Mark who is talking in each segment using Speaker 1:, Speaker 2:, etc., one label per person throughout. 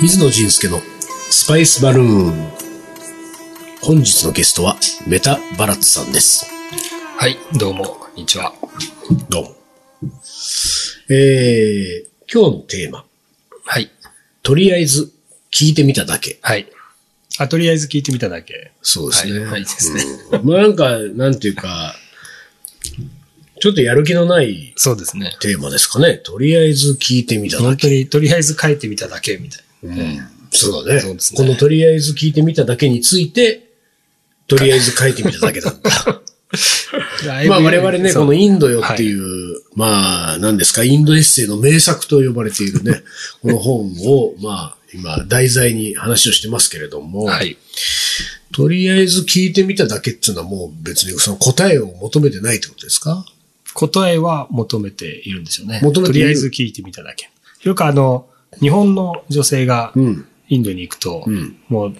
Speaker 1: 水野仁介のスパイスバルーン。本日のゲストはメタバラッツさんです。
Speaker 2: はい、どうも、こんにちは。
Speaker 1: どうも。えー、今日のテーマ、
Speaker 2: はい、
Speaker 1: とりあえず聞いてみただけ。
Speaker 2: はい。あ、とりあえず聞いてみただけ。
Speaker 1: そうですね。
Speaker 2: はいはいですね
Speaker 1: うんまあなんか、なんていうか、ちょっとやる気のない
Speaker 2: そうですね。
Speaker 1: テーマですかね。とりあえず聞いてみただ
Speaker 2: 本
Speaker 1: け。
Speaker 2: 当に、とりあえず書いてみただけ、みたい
Speaker 1: そうだね
Speaker 2: そうですね
Speaker 1: このとりあえず聞いてみただけについて、とりあえず書いてみただけだった。
Speaker 2: な。
Speaker 1: まあ我々ね、
Speaker 2: そ
Speaker 1: こ
Speaker 2: う
Speaker 1: のインドよっていう、まあ何ですか、インドエッセイの名作と呼ばれている ね、この本を、まあ今題材に話をしてますけれども、
Speaker 2: はい。
Speaker 1: とりあえず聞いてみただけっていうのはもう別にその答えを求めてないってことですか
Speaker 2: 答えは求めているんですよね。
Speaker 1: 求めている
Speaker 2: とりあえず聞いてみただけ。よくあの、日本の女性が
Speaker 1: うん。
Speaker 2: インドに行くと、
Speaker 1: ん
Speaker 2: もう、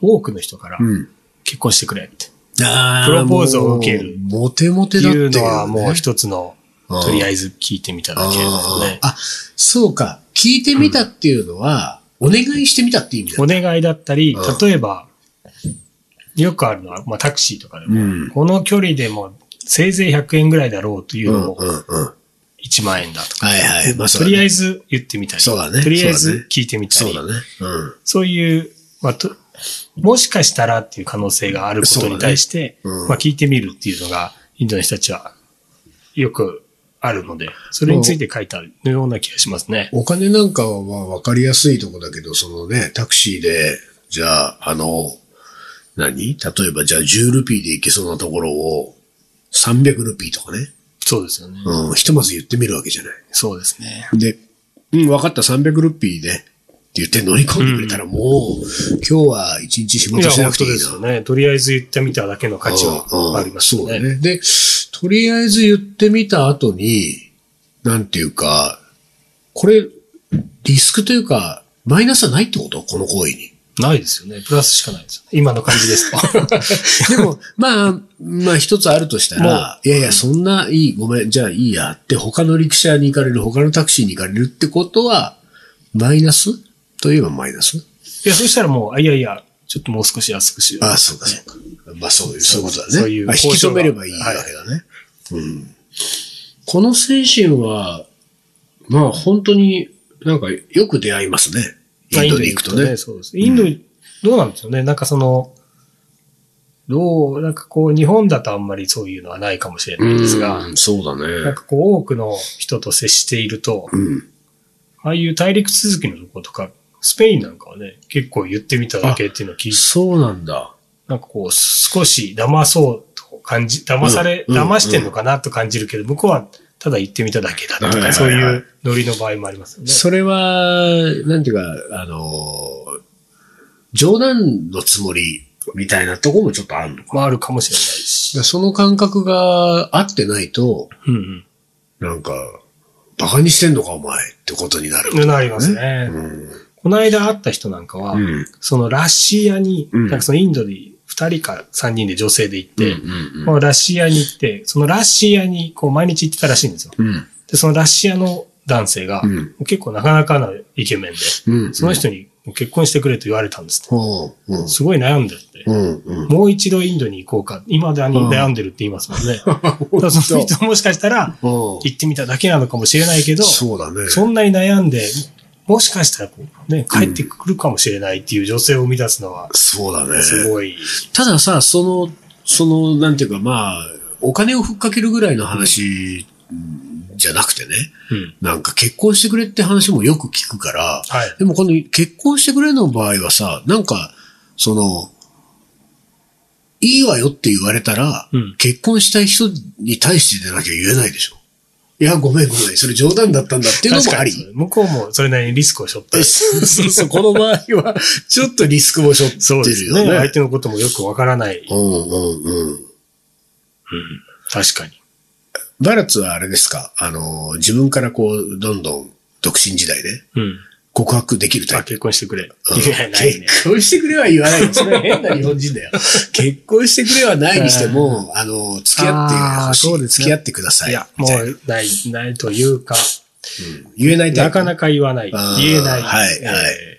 Speaker 2: 多くの人から
Speaker 1: うん。
Speaker 2: 結婚してくれって
Speaker 1: あー
Speaker 2: プロポーズを受ける
Speaker 1: もうモテモテだってい
Speaker 2: いうう
Speaker 1: ね、
Speaker 2: のはもう一つの、
Speaker 1: うん
Speaker 2: とりあえず聞いてみただけですね。
Speaker 1: あーあ、そうか。聞いてみたっていうのは、お願いしてみたっていう意味だ
Speaker 2: お。願いだったり
Speaker 1: うん、
Speaker 2: 例えば、よくあるのは、まあ、タクシーとかでも、
Speaker 1: うん
Speaker 2: この距離でもせいぜい100円ぐらいだろうというのも
Speaker 1: うんうんうん。は
Speaker 2: 1万円だとか、
Speaker 1: いはい。まあ
Speaker 2: とりあ
Speaker 1: ず、
Speaker 2: えず言ってみたり、
Speaker 1: そうだね
Speaker 2: とりあえ
Speaker 1: そうだ
Speaker 2: ず
Speaker 1: ね
Speaker 2: 聞いてみたり、
Speaker 1: そうだね。うん。
Speaker 2: そういう、まあと、もしかしたらっていう可能性があることに対して、
Speaker 1: そうだねうん
Speaker 2: まあ、聞いてみるっていうのが、インドの人たちはよくあるので、それについて書いたような気がしますね。
Speaker 1: お金なんかは分かりやすいとこだけど、そのね、タクシーで、じゃあ、あの、何例えば、じゃあ10ルピーで行けそうなところを、300ルピーとかね。
Speaker 2: そうですよね。
Speaker 1: うん、ひとまず言ってみるわけじゃな
Speaker 2: そうですね。
Speaker 1: い。で、うん、分かった、300ルピーね。って言って乗り込んでくれたら、もう、今日は一日仕
Speaker 2: い
Speaker 1: 事
Speaker 2: や、
Speaker 1: しな
Speaker 2: 本
Speaker 1: くて
Speaker 2: 当
Speaker 1: いい
Speaker 2: で
Speaker 1: な。
Speaker 2: すよね。とりあえず言ってみただけの価値はあります
Speaker 1: うんうん
Speaker 2: ね。
Speaker 1: そうだね。で、とりあえず言ってみた後に、なんていうか、これ、リスクというか、マイナスはないってことこの行為 に。
Speaker 2: ないですよね。プラスしかないですよね。今の感じです と。
Speaker 1: でも、まあ、まあ一つあるとしたら、いやいや、そんな、いい、ごめん、じゃあいいやって、他の陸車に行かれる、他のタクシーに行かれるってことは、マイナスといえばマイナス
Speaker 2: いや、そしたらもう、あいやいや、ちょっともう少し安くしよう。
Speaker 1: ああ、そうか、そうか。まあ、そういう、そういうことだね。
Speaker 2: そういう
Speaker 1: まあ引き止めればいいわけだね。うん。この精神は、まあ、本当になんかよく出会いますね。インドに行くと
Speaker 2: まあインド
Speaker 1: ね。
Speaker 2: そうです。インド、どうなんですよね。なんかその、どう、なんかこう、日本だとあんまりそういうのはないかもしれないですが、
Speaker 1: うん、そうだ
Speaker 2: なん
Speaker 1: ね。
Speaker 2: かこう、多くの人と接していると、
Speaker 1: うん。
Speaker 2: ああいう大陸続きのとことか、スペインなんかはね、結構言ってみただけっていうのを聞いて
Speaker 1: そうなんだ。
Speaker 2: なんかこう、少し騙そうと感じ、騙され、
Speaker 1: うんうん
Speaker 2: 騙してんのかなと感じるけど、向こうはただ言ってみただけだ
Speaker 1: はいは
Speaker 2: と
Speaker 1: いは
Speaker 2: か、
Speaker 1: い
Speaker 2: そういうノリの場合もありますよね。
Speaker 1: それは、なんていうか、あの、冗談のつもりみたいなとこもちょっとあるのか。
Speaker 2: まああるかもしれない
Speaker 1: だか
Speaker 2: し。
Speaker 1: らその感覚が合ってないと、
Speaker 2: うん
Speaker 1: なんか、馬鹿にしてんのかお前ってことになる。
Speaker 2: うん。なりますね。
Speaker 1: うん。
Speaker 2: この間会った人なんかは、
Speaker 1: うん
Speaker 2: そのラシアに、
Speaker 1: うん
Speaker 2: なんかそのインドに2人か3人で女性で行って、
Speaker 1: うん
Speaker 2: まあラシアに行って、そのラシアにこう毎日行ってたらしいんですよ。
Speaker 1: うん
Speaker 2: で、そのラシアの男性が、
Speaker 1: うん
Speaker 2: 結構なかなかなイケメンで、
Speaker 1: うん
Speaker 2: その人に結婚してくれと言われたんですって。
Speaker 1: ほううん
Speaker 2: すごい悩んでって。
Speaker 1: うんうん
Speaker 2: もう一度インドに行こうか。今だに悩んでるって言いますもん ね。だからその人はもしかしたら
Speaker 1: うん
Speaker 2: 行ってみただけなのかもしれないけど、そ
Speaker 1: そうだね。
Speaker 2: んなに悩んで、もしかしたらこう、ね、帰ってくるかもしれないっていう女性を生み出すのは、
Speaker 1: そうだね。
Speaker 2: すごい。
Speaker 1: たださ、その、その、なんていうか、まあ、お金をふっかけるぐらいの話じゃなくてね、
Speaker 2: うん。
Speaker 1: なんか結婚してくれって話もよく聞くから、
Speaker 2: はい。
Speaker 1: でもこの結婚してくれの場合はさ、なんか、その、いいわよって言われたら、
Speaker 2: うん
Speaker 1: 結婚したい人に対してでなきゃ言えないでしょ。いや、ごめんごめん、それ冗談だったんだっていうの
Speaker 2: 確
Speaker 1: もあ
Speaker 2: かに
Speaker 1: り。
Speaker 2: 向こうもそれなりにリスクを背負ってる。
Speaker 1: そうそうそう、この場合は、ちょっとリスクを背負
Speaker 2: そう
Speaker 1: って
Speaker 2: で
Speaker 1: る
Speaker 2: す
Speaker 1: よね。
Speaker 2: ね。相手のこともよくわからない。うん。
Speaker 1: うんうんうん。
Speaker 2: 確かに。
Speaker 1: バラッツはあれですかあの、自分からこう、どんどん独身時代ね、
Speaker 2: うん。
Speaker 1: 告白できるタ
Speaker 2: あ、
Speaker 1: イプ。
Speaker 2: 結婚してくれ。
Speaker 1: うん
Speaker 2: いや、ないね。
Speaker 1: 結婚してくれは言わないよ。それは変な日本人だよ。 結婚してくれはないにしても、あの、付き合って
Speaker 2: あー
Speaker 1: ほしい
Speaker 2: そうです
Speaker 1: 付
Speaker 2: ね
Speaker 1: き合ってください。
Speaker 2: いや、も
Speaker 1: みたいな
Speaker 2: う、ない、ないというか、
Speaker 1: 言えないタイ
Speaker 2: な
Speaker 1: プ。
Speaker 2: かなか言わない。
Speaker 1: あー
Speaker 2: 言えない。
Speaker 1: はい
Speaker 2: えー
Speaker 1: はい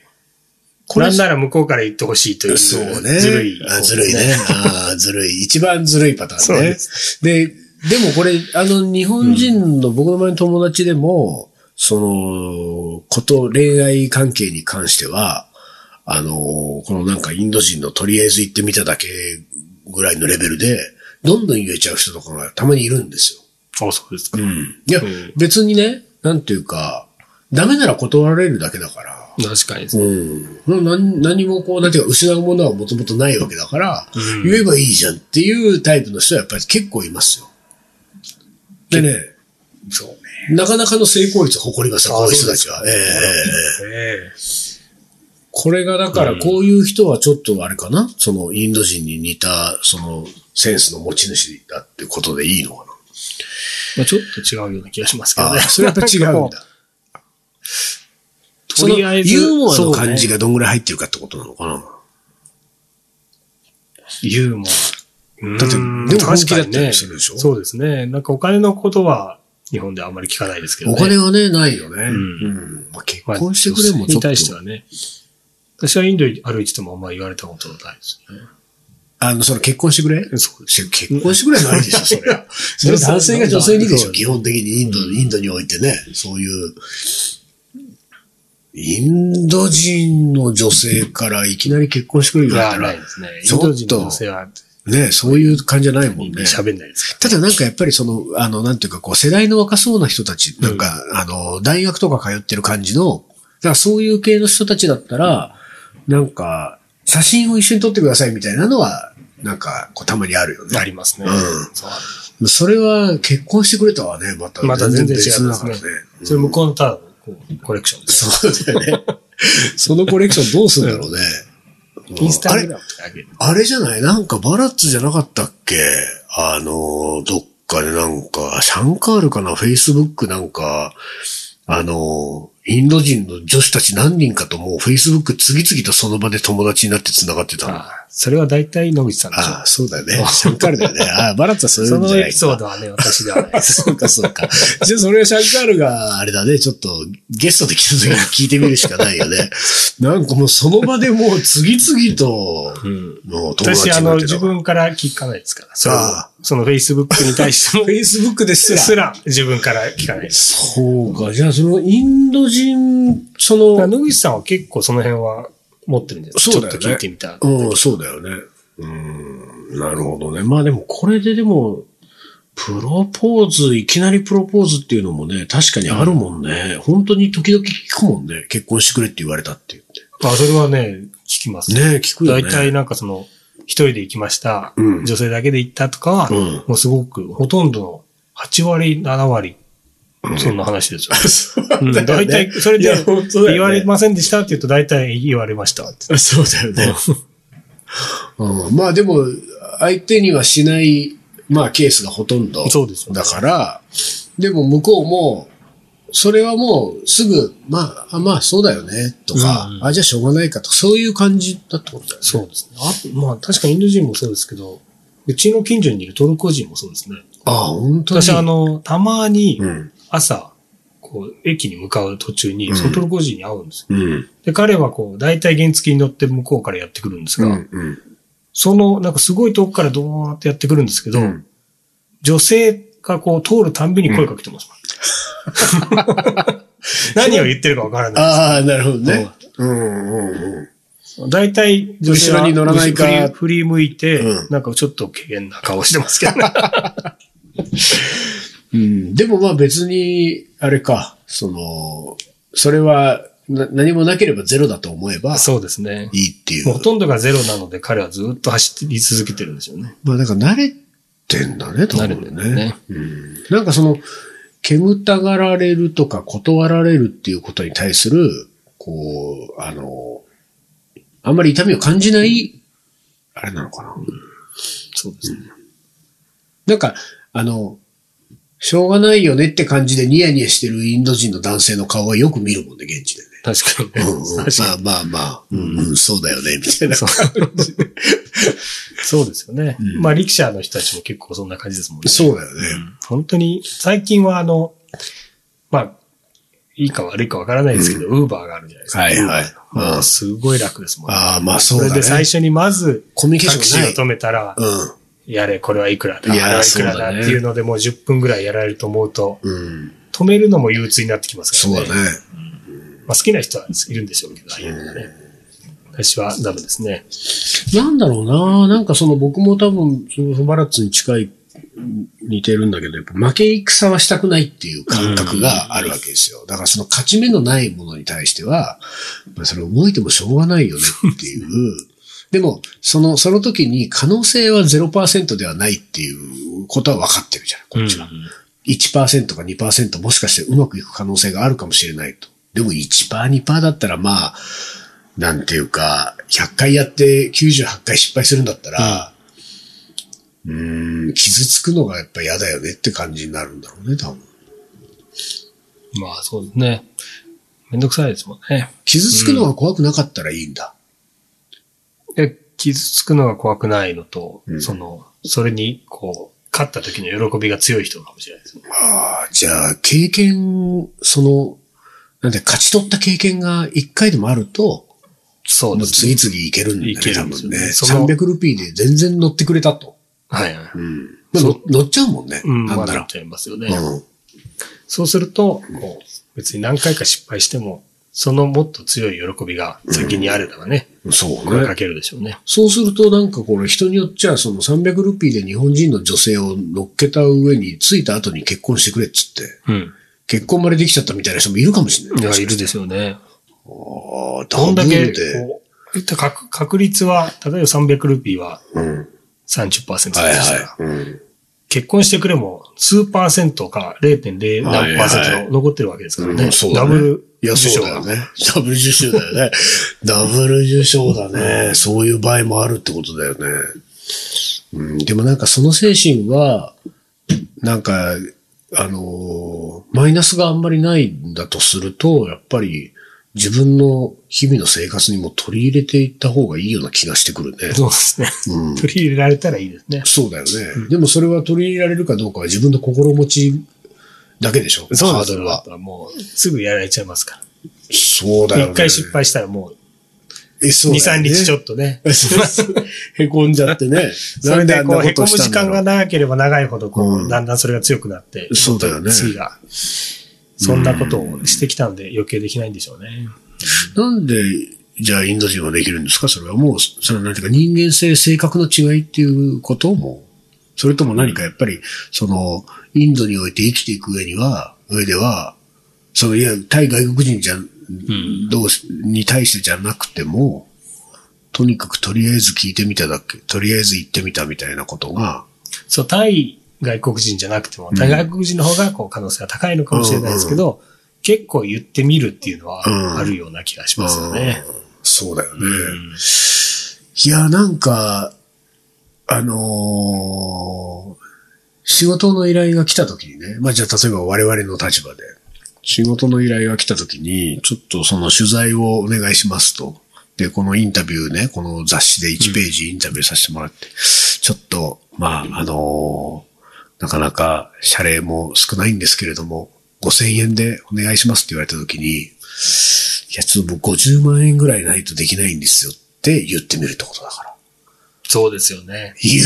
Speaker 2: これなんなら向こうから言ってほしいという。
Speaker 1: そうね。
Speaker 2: ずるい方
Speaker 1: あ
Speaker 2: です。
Speaker 1: ずるいね。あーずるい。一番ずるいパター
Speaker 2: そう
Speaker 1: ンね
Speaker 2: で。
Speaker 1: で、でもこれ、あの、日本人の僕の前の友達でも、その、こと、恋愛関係に関しては、あの、このなんかインド人のとりあえず行ってみただけぐらいのレベルで、どんどん言えちゃう人とかがたまにいるんですよ。
Speaker 2: あ、そうですか。
Speaker 1: いや、
Speaker 2: うん
Speaker 1: 別にね、なんていうか、ダメなら断られるだけだから、
Speaker 2: 確かにですね。
Speaker 1: うん。な何何もこう、なんていうか、失うものはもともとないわけだから、
Speaker 2: うん
Speaker 1: 言えばいいじゃんっていうタイプの人はやっぱり結構いますよ。でね、
Speaker 2: そうね。
Speaker 1: なかなかの成功率を誇りますよ、
Speaker 2: あ
Speaker 1: こういう人たちは。ええ
Speaker 2: ええ
Speaker 1: これがだから、こういう人はちょっとあれかな、そのインド人に似た、そのセンスの持ち主だってことでいいのかな。
Speaker 2: まあ、ちょっと違うような気がしますけどね。
Speaker 1: あそれはやっぱ違 うんだ。
Speaker 2: とりあえず
Speaker 1: そのユーモア
Speaker 2: そう
Speaker 1: の
Speaker 2: ね
Speaker 1: 感じがどんぐらい入ってるかってことなのかな。
Speaker 2: ユーモア。
Speaker 1: だって
Speaker 2: うーん
Speaker 1: でも本
Speaker 2: 確
Speaker 1: 気
Speaker 2: か
Speaker 1: だっ
Speaker 2: に
Speaker 1: た
Speaker 2: ね。
Speaker 1: りするでしょ
Speaker 2: そうですね。なんかお金のことは日本ではあんまり聞かないですけどね。
Speaker 1: お金はね、ないよね。
Speaker 2: う
Speaker 1: う
Speaker 2: ん
Speaker 1: んまあ、結
Speaker 2: まあ
Speaker 1: 婚してくれもちょ
Speaker 2: 女性に
Speaker 1: っと。
Speaker 2: 対してはね。私はインド歩いててもあんまり言われたことはないです
Speaker 1: あの、その結婚してくれ
Speaker 2: ね。そうです。
Speaker 1: 結婚してくれないでしょ、それは。それは男性が女性にでしょ、基本的にインド、インドにおいてね。そういう、インド人の女性からいきなり結婚してくれるよ
Speaker 2: い
Speaker 1: うにな
Speaker 2: や、
Speaker 1: った
Speaker 2: な
Speaker 1: ら
Speaker 2: いですね。
Speaker 1: ち
Speaker 2: イ
Speaker 1: ょ
Speaker 2: ン
Speaker 1: っと
Speaker 2: ド人の女性は
Speaker 1: ね、そういう感じじゃないもんね。
Speaker 2: 喋んないですか
Speaker 1: ただなんかやっぱりその、あの、なんていうかこう、世代の若そうな人たち、なんか、あの、大学とか通ってる感じの、だからそういう系の人たちだったら、なんか、写真を一緒に撮ってくださいみたいなのは、なんか、こう、たまにあるよ
Speaker 2: ら。あ
Speaker 1: ね。
Speaker 2: りますね。
Speaker 1: うん
Speaker 2: そう
Speaker 1: それは結婚してくれたわね、また。
Speaker 2: また全然違い
Speaker 1: 別
Speaker 2: ま
Speaker 1: だ
Speaker 2: す
Speaker 1: か
Speaker 2: ね
Speaker 1: らね。。
Speaker 2: それ向こうのただのこうコレクションです。
Speaker 1: そうだよ ね。そのコレクションどうするんだろうね。
Speaker 2: インスタ
Speaker 1: あ
Speaker 2: グ
Speaker 1: れ
Speaker 2: ラムとかあげる。
Speaker 1: あれじゃないなんかバラッツじゃなかったっけあの、どっかでなんか、シャンカールかなフェイスブックなんか、あの、インド人の女子たち何人かともうフェイスブック次々とその場で友達になって繋がってたの。あ
Speaker 2: ああそれは大体野口さんでしょ
Speaker 1: あ、そうだよね。シャンカールだよね。ああ、バラッツはそうい
Speaker 2: そう
Speaker 1: のじ
Speaker 2: の
Speaker 1: ゃ
Speaker 2: エ
Speaker 1: ない
Speaker 2: ピソードはね、私ではないです。
Speaker 1: そうか、そうか。じゃあ、それはシャンカールが、あれだね、ちょっと、ゲストで来た時に聞いてみるしかないよ ね。なんかもう、その場でもう、次々と、
Speaker 2: うん
Speaker 1: もう友達
Speaker 2: 私、
Speaker 1: に
Speaker 2: あ
Speaker 1: な
Speaker 2: の、
Speaker 1: ってた
Speaker 2: 自
Speaker 1: から
Speaker 2: 分から聞かないですから。それ
Speaker 1: あ
Speaker 2: は、その Facebook に対しても、
Speaker 1: フェイスブックです
Speaker 2: すら自分から聞かないです。
Speaker 1: そうか。じゃあ、その、インド人、その
Speaker 2: だから野口さんは結構その辺は持ってるんじゃないですか。
Speaker 1: そうだよね
Speaker 2: ちょっと聞いてみた。
Speaker 1: うん、そうだよね。うん、なるほどね。まあでも、これででも、プロポーズ、いきなりプロポーズっていうのもね、確かにあるもんね。本当に時々聞くもんね。結婚してくれって言われたって言って。
Speaker 2: まあ、それはね、聞きます。
Speaker 1: ねえ聞くよね。
Speaker 2: 大体なんかその、一人で行きました、
Speaker 1: うん
Speaker 2: 女性だけで行ったとかは、
Speaker 1: うん
Speaker 2: もうすごく、ほとんどの8割、7割、そんな話ですよ。
Speaker 1: そうだよ
Speaker 2: うん
Speaker 1: ね
Speaker 2: 大体、それ
Speaker 1: い
Speaker 2: で
Speaker 1: や、本当だよね
Speaker 2: 言われませんでしたって言うと、大体言われましたって。
Speaker 1: そうだよね。うん、まあでも、相手にはしない、まあケースがほとんど。
Speaker 2: そうですよね
Speaker 1: だから、でも向こうも、それはもうすぐ、まあ、あまあそうだよね、とか、
Speaker 2: うん
Speaker 1: あ、じゃあしょうがないかとか、そういう感じだってことだよね。
Speaker 2: そうですね。あと、まあ確かにインド人もそうですけど、うちの近所にいるトルコ人もそうですね。
Speaker 1: ああ、本当に。
Speaker 2: 私あ、の、たまに
Speaker 1: うん。
Speaker 2: 朝、こう、駅に向かう途中
Speaker 1: う
Speaker 2: に、
Speaker 1: ん
Speaker 2: そのトルコ人に会うんです
Speaker 1: う
Speaker 2: よ。
Speaker 1: ん。
Speaker 2: で、彼はこう、大体原付に乗って向こうからやってくるんです
Speaker 1: う
Speaker 2: が、
Speaker 1: ん。うん。
Speaker 2: その、なんかすごい遠くからドーンってやってくるんですけど、
Speaker 1: うん
Speaker 2: 女性がこう、通るたんびに声かけ てます。何を言ってるかわからない。
Speaker 1: ああ、なるほどね。うんうんうん。
Speaker 2: 大体、女性は
Speaker 1: 後ろに乗らないか
Speaker 2: 振り振り向いて、
Speaker 1: うん
Speaker 2: なんかちょっと軽減な顔してますけどね。
Speaker 1: うん、でもまあ別に、あれか、その、それはな何もなければゼロだと思えば
Speaker 2: そうですね。
Speaker 1: いいってい
Speaker 2: もう
Speaker 1: う
Speaker 2: ほ。とんどがゼロなので彼はずっと走り続けてるんですよね。
Speaker 1: まあだから慣れてんだね、多分ね。
Speaker 2: 慣れてんだね
Speaker 1: うん。なんかその、煙たがられるとか断られるっていうことに対する、こう、あの、あんまり痛みを感じない、あれなのかな。
Speaker 2: そうですね。
Speaker 1: なんか、あの、しょうがないよねって感じでニヤニヤしてるインド人の男性の顔はよく見るもんね、現地でね。
Speaker 2: 確かに
Speaker 1: うん
Speaker 2: ね。
Speaker 1: うん
Speaker 2: 確か
Speaker 1: まあまあまあ、うんうん、そうだよね、みたい
Speaker 2: に。
Speaker 1: な。
Speaker 2: そうそうですよね。
Speaker 1: ん
Speaker 2: まあ、力士の人たちも結構そんな感じですもんね。
Speaker 1: そうだよね。
Speaker 2: 本当に、最近はあの、まあ、いいか悪いかわからないですけど、ウーバーがあるじゃないですか。
Speaker 1: はいはい
Speaker 2: Uber もうすごい楽ですもんね。
Speaker 1: ああ、まあそう
Speaker 2: そ
Speaker 1: だ
Speaker 2: れ
Speaker 1: ね。
Speaker 2: で最初にまず、
Speaker 1: コミュニケー
Speaker 2: タク
Speaker 1: ショ
Speaker 2: シ
Speaker 1: ンが
Speaker 2: ー
Speaker 1: な
Speaker 2: を
Speaker 1: い。
Speaker 2: 止めたら、やれ、これはいくらだ、あ
Speaker 1: い
Speaker 2: れ
Speaker 1: やー
Speaker 2: はいくら
Speaker 1: そうだ
Speaker 2: だっ
Speaker 1: ね
Speaker 2: ていうので、もう10分ぐらいやられると思うと、
Speaker 1: うん。うん。
Speaker 2: 止めるのも憂鬱になってきます
Speaker 1: そう
Speaker 2: か
Speaker 1: だ
Speaker 2: ら
Speaker 1: ね
Speaker 2: ね。。まあ、好きな人はいるんでしょうけど、ああいうのはね。私はダメですね。
Speaker 1: なんだろうななんかその僕も多分、そのフバラッツに近い、似てるんだけど、やっぱ負け戦はしたくないっていう感覚があるわけですよ。だからその勝ち目のないものに対しては、まあそれ動いてもしょうがないよねって いう。でも、その、その時に可能性は0%ではないっていうことは分かってるじゃない、こっちは。1%か2%もしかしてうまくいく可能性があるかもしれないと。でも1%、2%だったらまあ、なんていうか、100回やって98回失敗するんだったら、うーん、傷つくのがやっぱ嫌だよねって感じになるんだろうね、多分。
Speaker 2: まあ、そうですね。めんどくさいですもんね。
Speaker 1: 傷つくのが怖くなかったらいいんだ。
Speaker 2: で、傷つくのが怖くないのと、
Speaker 1: うん
Speaker 2: その、それに、こう、勝った時の喜びが強い人かもしれないですね。
Speaker 1: ああ、じゃあ、経験、その、なんで勝ち取った経験が1回でもあると、
Speaker 2: そ
Speaker 1: もう次々いけるんだね、
Speaker 2: いける
Speaker 1: 多
Speaker 2: んです
Speaker 1: 分
Speaker 2: よ
Speaker 1: ね。
Speaker 2: ねその
Speaker 1: 300ルピーで全然乗ってくれたと。
Speaker 2: はいはい。
Speaker 1: うん。まあ、
Speaker 2: そ
Speaker 1: の
Speaker 2: う
Speaker 1: 乗っちゃうもんね。
Speaker 2: うん、
Speaker 1: な
Speaker 2: ま
Speaker 1: んな
Speaker 2: あなっ
Speaker 1: ら。
Speaker 2: ちゃいますよね。
Speaker 1: うん。
Speaker 2: そうすると、こう、別に何回か失敗しても、そのもっと強い喜びが先にあればね、
Speaker 1: そう
Speaker 2: 声か
Speaker 1: ね。
Speaker 2: けるでしょうね。
Speaker 1: そうするとなんかこれ人によっちゃその300ルピーで日本人の女性を乗っけた上に着いた後に結婚してくれっつって、
Speaker 2: うん。
Speaker 1: 結婚までできちゃったみたいな人もいるかもしれない。
Speaker 2: いや、いるでしょうね。
Speaker 1: ああ、
Speaker 2: ど
Speaker 1: ダ
Speaker 2: ん
Speaker 1: ブ
Speaker 2: だけ
Speaker 1: ルで。、
Speaker 2: こう、いった確確率は、例えば300ルピーは
Speaker 1: うん。
Speaker 2: 30%だとしたら、
Speaker 1: はいはい。うん。
Speaker 2: 結婚してくれも数パーセントか0.0何パーセント残ってるわけですからね。
Speaker 1: うんそうだ
Speaker 2: ダ
Speaker 1: ね
Speaker 2: ブル
Speaker 1: いや、
Speaker 2: 受
Speaker 1: そ
Speaker 2: 賞
Speaker 1: うだよ
Speaker 2: が。
Speaker 1: ね。 ダブル受賞だよね。ダブル受賞だね。そういう場合もあるってことだよね。うん、でもなんかその精神は、なんか、あのーマイナスがあんまりないんだとすると、やっぱり自分の日々の生活にも取り入れていった方がいいような気がしてくるね。
Speaker 2: そうですね。
Speaker 1: うん、
Speaker 2: 取り入れられたらいいですね。
Speaker 1: そうだよね、でもそれは取り入れられるかどうかは自分の心持ちだけでしょ。
Speaker 2: そう
Speaker 1: ハ
Speaker 2: で
Speaker 1: ード
Speaker 2: す
Speaker 1: ルは。
Speaker 2: ね。もうすぐやられちゃいますから。
Speaker 1: そうだよね。
Speaker 2: 一回失敗したらもう
Speaker 1: えそ
Speaker 2: 2、
Speaker 1: うだよ
Speaker 2: 3
Speaker 1: ね
Speaker 2: 日ちょっとね。
Speaker 1: へこんじゃってね。
Speaker 2: それでこう、へこむ時間が
Speaker 1: な
Speaker 2: 長ければ長いほど、こう、
Speaker 1: うん
Speaker 2: だんだんそれが強くなって、
Speaker 1: そうだよね
Speaker 2: 次が。そんなことをしてきたんで余計できないんでしょうね。
Speaker 1: んで、じゃあインド人はできるんですかそれはもう、それは何ていうか人間性、性格の違いっていうことも、それとも何かやっぱり、その、インドにおいて生きていく上には、上では、その、いや、対外国人じゃ、どうし、に対してじゃなくても、とにかくとりあえず聞いてみただけ、とりあえず行ってみたみたいなことが、
Speaker 2: そう、対外国人じゃなくても、対外国人の方がこう可能性が高いのかもしれないですけど、結構言ってみるっていうの
Speaker 1: うん
Speaker 2: はあるような気がしますよね。
Speaker 1: うんそうだよね。いや、なんか、あのー仕事の依頼が来た時にね、まあじゃあ例えば我々の立場で、仕事の依頼が来た時に、ちょっとその取材をお願いしますと。で、このインタビューね、この雑誌で1ページインタビューさせてもらって、ちょっと、まあ、あのーなかなか謝礼も少ないんですけれども、5000円でお願いしますって言われた時に、いや、ちょっと僕50万円ぐらいないとできないんですよって言ってみるってことだから。
Speaker 2: そうですよね。
Speaker 1: 言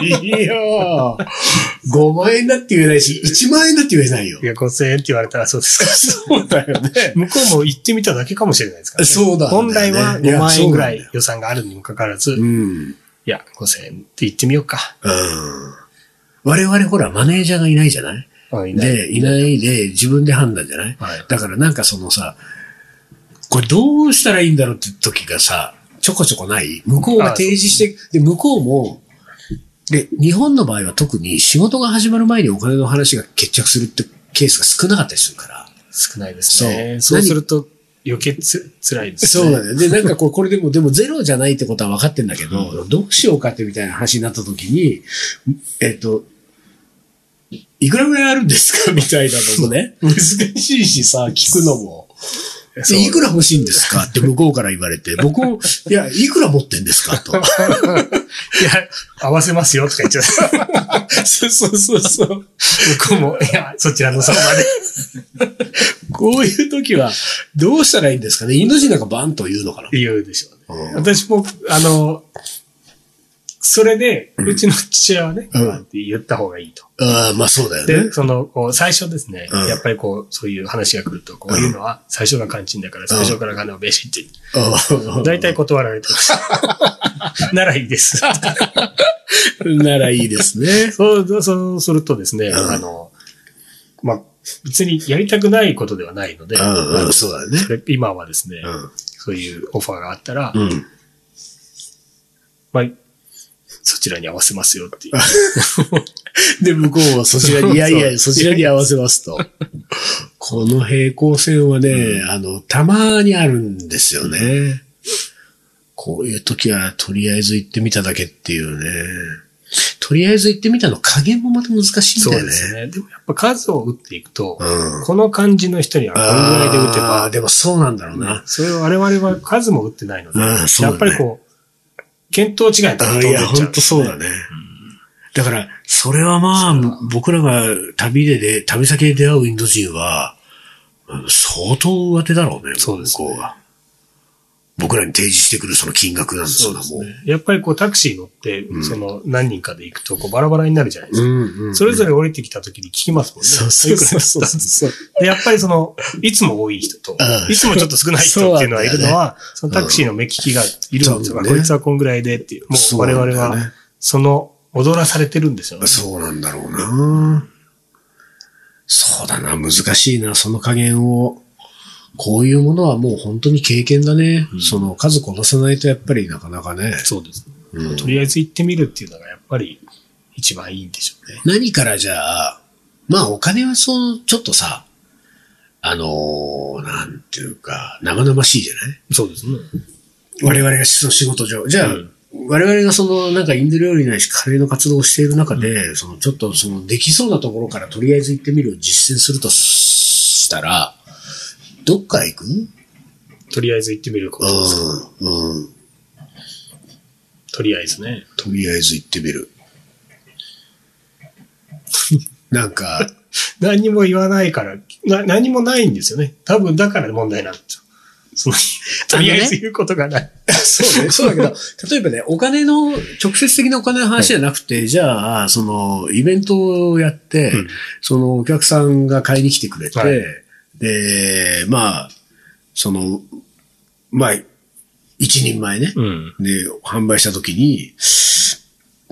Speaker 1: えないよ。5万円だって言えないし、1万円だって言えないよ
Speaker 2: い。や、5000円って言われたらそうです か。
Speaker 1: そうだよね。
Speaker 2: 向こうも言ってみただけかもしれないですから、ね。
Speaker 1: そうだね
Speaker 2: 本来はい
Speaker 1: や
Speaker 2: 5万
Speaker 1: そう
Speaker 2: 円ぐら
Speaker 1: なんだ
Speaker 2: い
Speaker 1: よ
Speaker 2: 予算があるにもかかわらず、
Speaker 1: う
Speaker 2: い
Speaker 1: ん。
Speaker 2: や、5000円って言ってみようか。
Speaker 1: うん。我々ほら、マネージャーがいないじゃない
Speaker 2: あいない
Speaker 1: で、いないで、自分で判断じゃない、
Speaker 2: はい
Speaker 1: だからなんかそのさ、これどうしたらいいんだろうって時がさ、ちょこちょこない向こうが提示して、で、向こうも、で、日本の場合は特に仕事が始まる前にお金の話が決着するってケースが少なかったりするから。
Speaker 2: 少ないですね。
Speaker 1: そ
Speaker 2: そううすると余計つ辛いです
Speaker 1: そ
Speaker 2: ね。
Speaker 1: うだね。で、なんかこれ、これでも、でもゼロじゃないってことは分かってんだけど、どうしようかってみたいな話になった時に、えっと、いくらぐらいあるんですかみたいなのもね、 難しいしさ、聞くのも。
Speaker 2: そう
Speaker 1: でいくら欲しいんですかって向こうから言われ て、僕も、いや、いくら持ってんですかと。
Speaker 2: いや、合わせますよとか言っちゃう。
Speaker 1: そうそうそうそう。
Speaker 2: 向こうも、いや、そちらのそばで。
Speaker 1: こういう時は、どうしたらいいんですかねインド人なんかバンと言うのかな
Speaker 2: 言うでしょうね。
Speaker 1: うん
Speaker 2: 私も、あの、それで、うちの父親はね、
Speaker 1: うん
Speaker 2: なんて言った方がいいと。
Speaker 1: ああ、まあそうだよね
Speaker 2: で、。その、こう最初ですね、
Speaker 1: うん
Speaker 2: やっぱりこう、そういう話が来ると、こういうのは、最初が肝心だから、最初から金をべしって、
Speaker 1: うん
Speaker 2: 大体断られて ました。ならいいです。
Speaker 1: ならいいです ね。
Speaker 2: そう、そうするとですね、
Speaker 1: ん
Speaker 2: あの、まあ、別にやりたくないことではないので、
Speaker 1: うんうん、そうだね。
Speaker 2: で今はですね、
Speaker 1: うん
Speaker 2: そういうオファーがあったら、
Speaker 1: うん。
Speaker 2: まあ、そちらに合わせますよっていう。
Speaker 1: で、向こうはそち らに、いやいや、そちらに合わせますと。この平行線はね、あの、たまにあるんですよね。こういう時は、とりあえず行ってみただけっていうね。とりあえず行ってみたの加減もまた難しいん
Speaker 2: そ
Speaker 1: だ
Speaker 2: う
Speaker 1: よ
Speaker 2: で
Speaker 1: ね。
Speaker 2: すね。でもやっぱ数を打っていくと、
Speaker 1: うん。
Speaker 2: この感じの人にはこのぐらいで打て
Speaker 1: あー
Speaker 2: ば、
Speaker 1: でもそうなんだろうな。
Speaker 2: それを我々は数も打ってないので、
Speaker 1: うんそうだ
Speaker 2: や
Speaker 1: ね
Speaker 2: っぱりこう、見当違いと
Speaker 1: あ
Speaker 2: 飛ん
Speaker 1: ーい
Speaker 2: でっちゃ
Speaker 1: や、
Speaker 2: う、
Speaker 1: 本当そうだね。だから、それはまあ、僕らが旅でで、旅先で出会うインド人は、うん相当上手だろうね、
Speaker 2: そうですね
Speaker 1: 向こうが。僕らに提示してくるその金額なんです
Speaker 2: そう
Speaker 1: よ、
Speaker 2: です
Speaker 1: もう。
Speaker 2: ね。やっぱりこうタクシー乗って、
Speaker 1: ん
Speaker 2: その何人かで行くとこうバラバラになるじゃないですか。
Speaker 1: ん、
Speaker 2: それぞ
Speaker 1: れ、
Speaker 2: れ降りてきた時に聞きますもんね。
Speaker 1: そうそうそうそう
Speaker 2: いくらだったで、やっぱりその、いつも多い人と
Speaker 1: あ、あ
Speaker 2: いつもちょっと少ない人っていうのはいるのは、そのタクシーの目利きがいるんですよ。
Speaker 1: うん
Speaker 2: こいつはこんぐらいでっていう。もう
Speaker 1: そう
Speaker 2: 我
Speaker 1: なんだよ
Speaker 2: 々
Speaker 1: ね
Speaker 2: は、その、踊らされてるんですよね。
Speaker 1: そうなんだろうな。そうだな、難しいな、その加減を。こういうものはもう本当に経験だね。その数こなさないとやっぱりなかなかね。
Speaker 2: そうです、ね
Speaker 1: うん
Speaker 2: とりあえず行ってみるっていうのがやっぱり一番いいんでしょうね。
Speaker 1: 何からじゃあ、まあお金はそう、ちょっとさ、あのーなんていうか、生々しいじゃない
Speaker 2: そうですね。
Speaker 1: 我々がその仕事上。じゃあ、
Speaker 2: うん
Speaker 1: 我々がその、なんかインド料理ないし、カレーの活動をしている中で、その、ちょっとその、できそうなところからとりあえず行ってみるを実践するとしたら、どっから行く
Speaker 2: とりあえず行ってみることです。
Speaker 1: うん、うん。
Speaker 2: とりあえずね。
Speaker 1: とりあえず行ってみ る。なんか、
Speaker 2: 何も言わないから、な何もないんですよね。多分だから問題なんですよ。その、とりあえず言うことがない。
Speaker 1: そうね、そうだけど、例えばね、お金の、直接的なお金の話じゃなくて、じゃあ、その、イベントをやって、
Speaker 2: うん
Speaker 1: その、お客さんが買いに来てくれて、
Speaker 2: はい
Speaker 1: で、まあ、その、まあ、一人前ね、
Speaker 2: うん。
Speaker 1: で、販売した時に、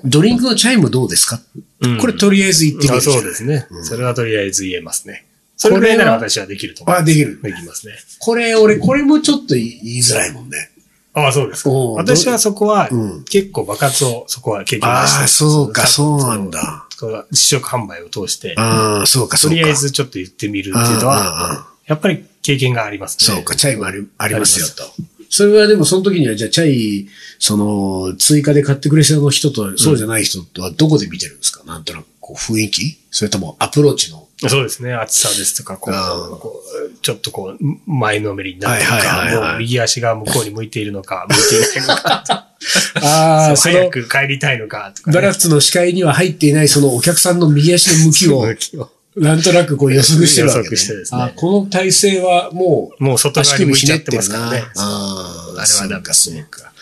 Speaker 1: ドリンクのチャイムどうですか、
Speaker 2: うん
Speaker 1: これとりあえず行ってみ
Speaker 2: あ
Speaker 1: る
Speaker 2: そうですね、それはとりあえず言えますね。それ
Speaker 1: こ
Speaker 2: ぐ
Speaker 1: れ
Speaker 2: ら
Speaker 1: はい
Speaker 2: なら私はできると思う。
Speaker 1: あ、できる。
Speaker 2: できますね。
Speaker 1: これ、俺、これもちょっと言いづらいもんね。
Speaker 2: ああ、そうですか。
Speaker 1: おう
Speaker 2: 私はそこは
Speaker 1: うん、
Speaker 2: 結構爆発を、そこは経験
Speaker 1: ああ、
Speaker 2: して
Speaker 1: そうか、そうなん。だ。
Speaker 2: その試食販売を通して、
Speaker 1: ああ、そうか、そ
Speaker 2: と
Speaker 1: うか。
Speaker 2: りあえずちょっと言ってみるっていうの
Speaker 1: あああ
Speaker 2: は
Speaker 1: あ、
Speaker 2: やっぱり経験がありますね。
Speaker 1: そうか、チャイムありありますよ
Speaker 2: あり
Speaker 1: と。それはでもその時には、じゃあチャイ、その、追加で買ってくれそうな人と、そうじゃない人とはどこで見てるんですか、なんとなく、こう、雰囲気それともアプローチの。
Speaker 2: そうですね。暑さですとか、こ
Speaker 1: あー
Speaker 2: う、こうちょっとこう、前のめりになってるの
Speaker 1: はいはいはいはい
Speaker 2: か、もう右足が向こうに向いているのか、向いていないのか、
Speaker 1: あ
Speaker 2: そう早く帰りたいのか、とかね。
Speaker 1: バラッツの視界には入っていない、そのお客さんの右足の向きを、なんとなくこう予測してるわけ、ね。
Speaker 2: 予測してですね
Speaker 1: あこの体勢はもう、
Speaker 2: もう外
Speaker 1: 足
Speaker 2: 側
Speaker 1: 首
Speaker 2: に向い
Speaker 1: ひ
Speaker 2: ち
Speaker 1: ね
Speaker 2: ゃ
Speaker 1: っ
Speaker 2: っててま
Speaker 1: ます
Speaker 2: す
Speaker 1: か
Speaker 2: からら
Speaker 1: ね
Speaker 2: ね。。
Speaker 1: ああ、
Speaker 2: あれはダメです
Speaker 1: そうか。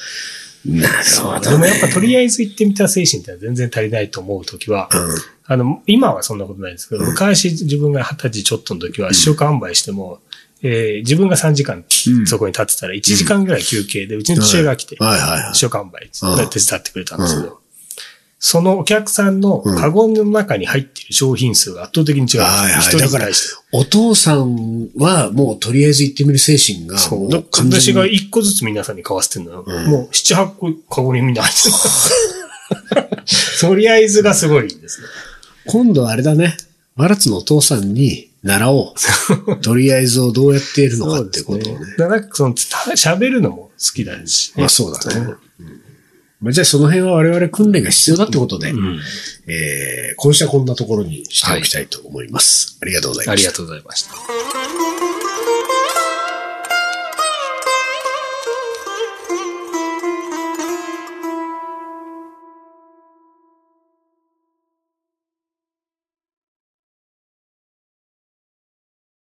Speaker 1: なるほ
Speaker 2: で
Speaker 1: ど
Speaker 2: も
Speaker 1: ね。
Speaker 2: やっぱとりあえず行ってみた精神ってのは全然足りないと思うときは、
Speaker 1: うん
Speaker 2: あの、今はそんなことないですけど、昔自分が二十歳ちょっとの時は試食販売しても、えー自分が3時間
Speaker 1: うん
Speaker 2: そこに立ってたら1時間ぐらい休憩で、うちの父親が来て、
Speaker 1: はいはいはい
Speaker 2: 試食販売
Speaker 1: うん
Speaker 2: 手伝ってくれたんですけど、そのお客さんのカゴの中に入っている商品数が圧倒的に違うんですよ。
Speaker 1: はいはい
Speaker 2: 一人に対して。
Speaker 1: お父さんはもうとりあえず行ってみる精神が、
Speaker 2: そ
Speaker 1: も
Speaker 2: う。だ
Speaker 1: う完全
Speaker 2: 私
Speaker 1: に
Speaker 2: が一個ずつ皆さんに買わせてるのは、もう七八個カゴにみんな入 ってる。と りあえずがすごいんですね。
Speaker 1: 今度あれだね、マラツのお父さんに習おう。とりあえずをどうやってやるのかってことをね。
Speaker 2: だからなんかその、た喋るのも好きだし。
Speaker 1: まあそうだね。まあ、じゃあその辺は我々訓練が必要だってことで、
Speaker 2: うん。
Speaker 1: えー今週はこんなところにしておきたいと思います。ありがとうござい
Speaker 2: あ
Speaker 1: ま
Speaker 2: り
Speaker 1: し
Speaker 2: が
Speaker 1: た。
Speaker 2: とうございました。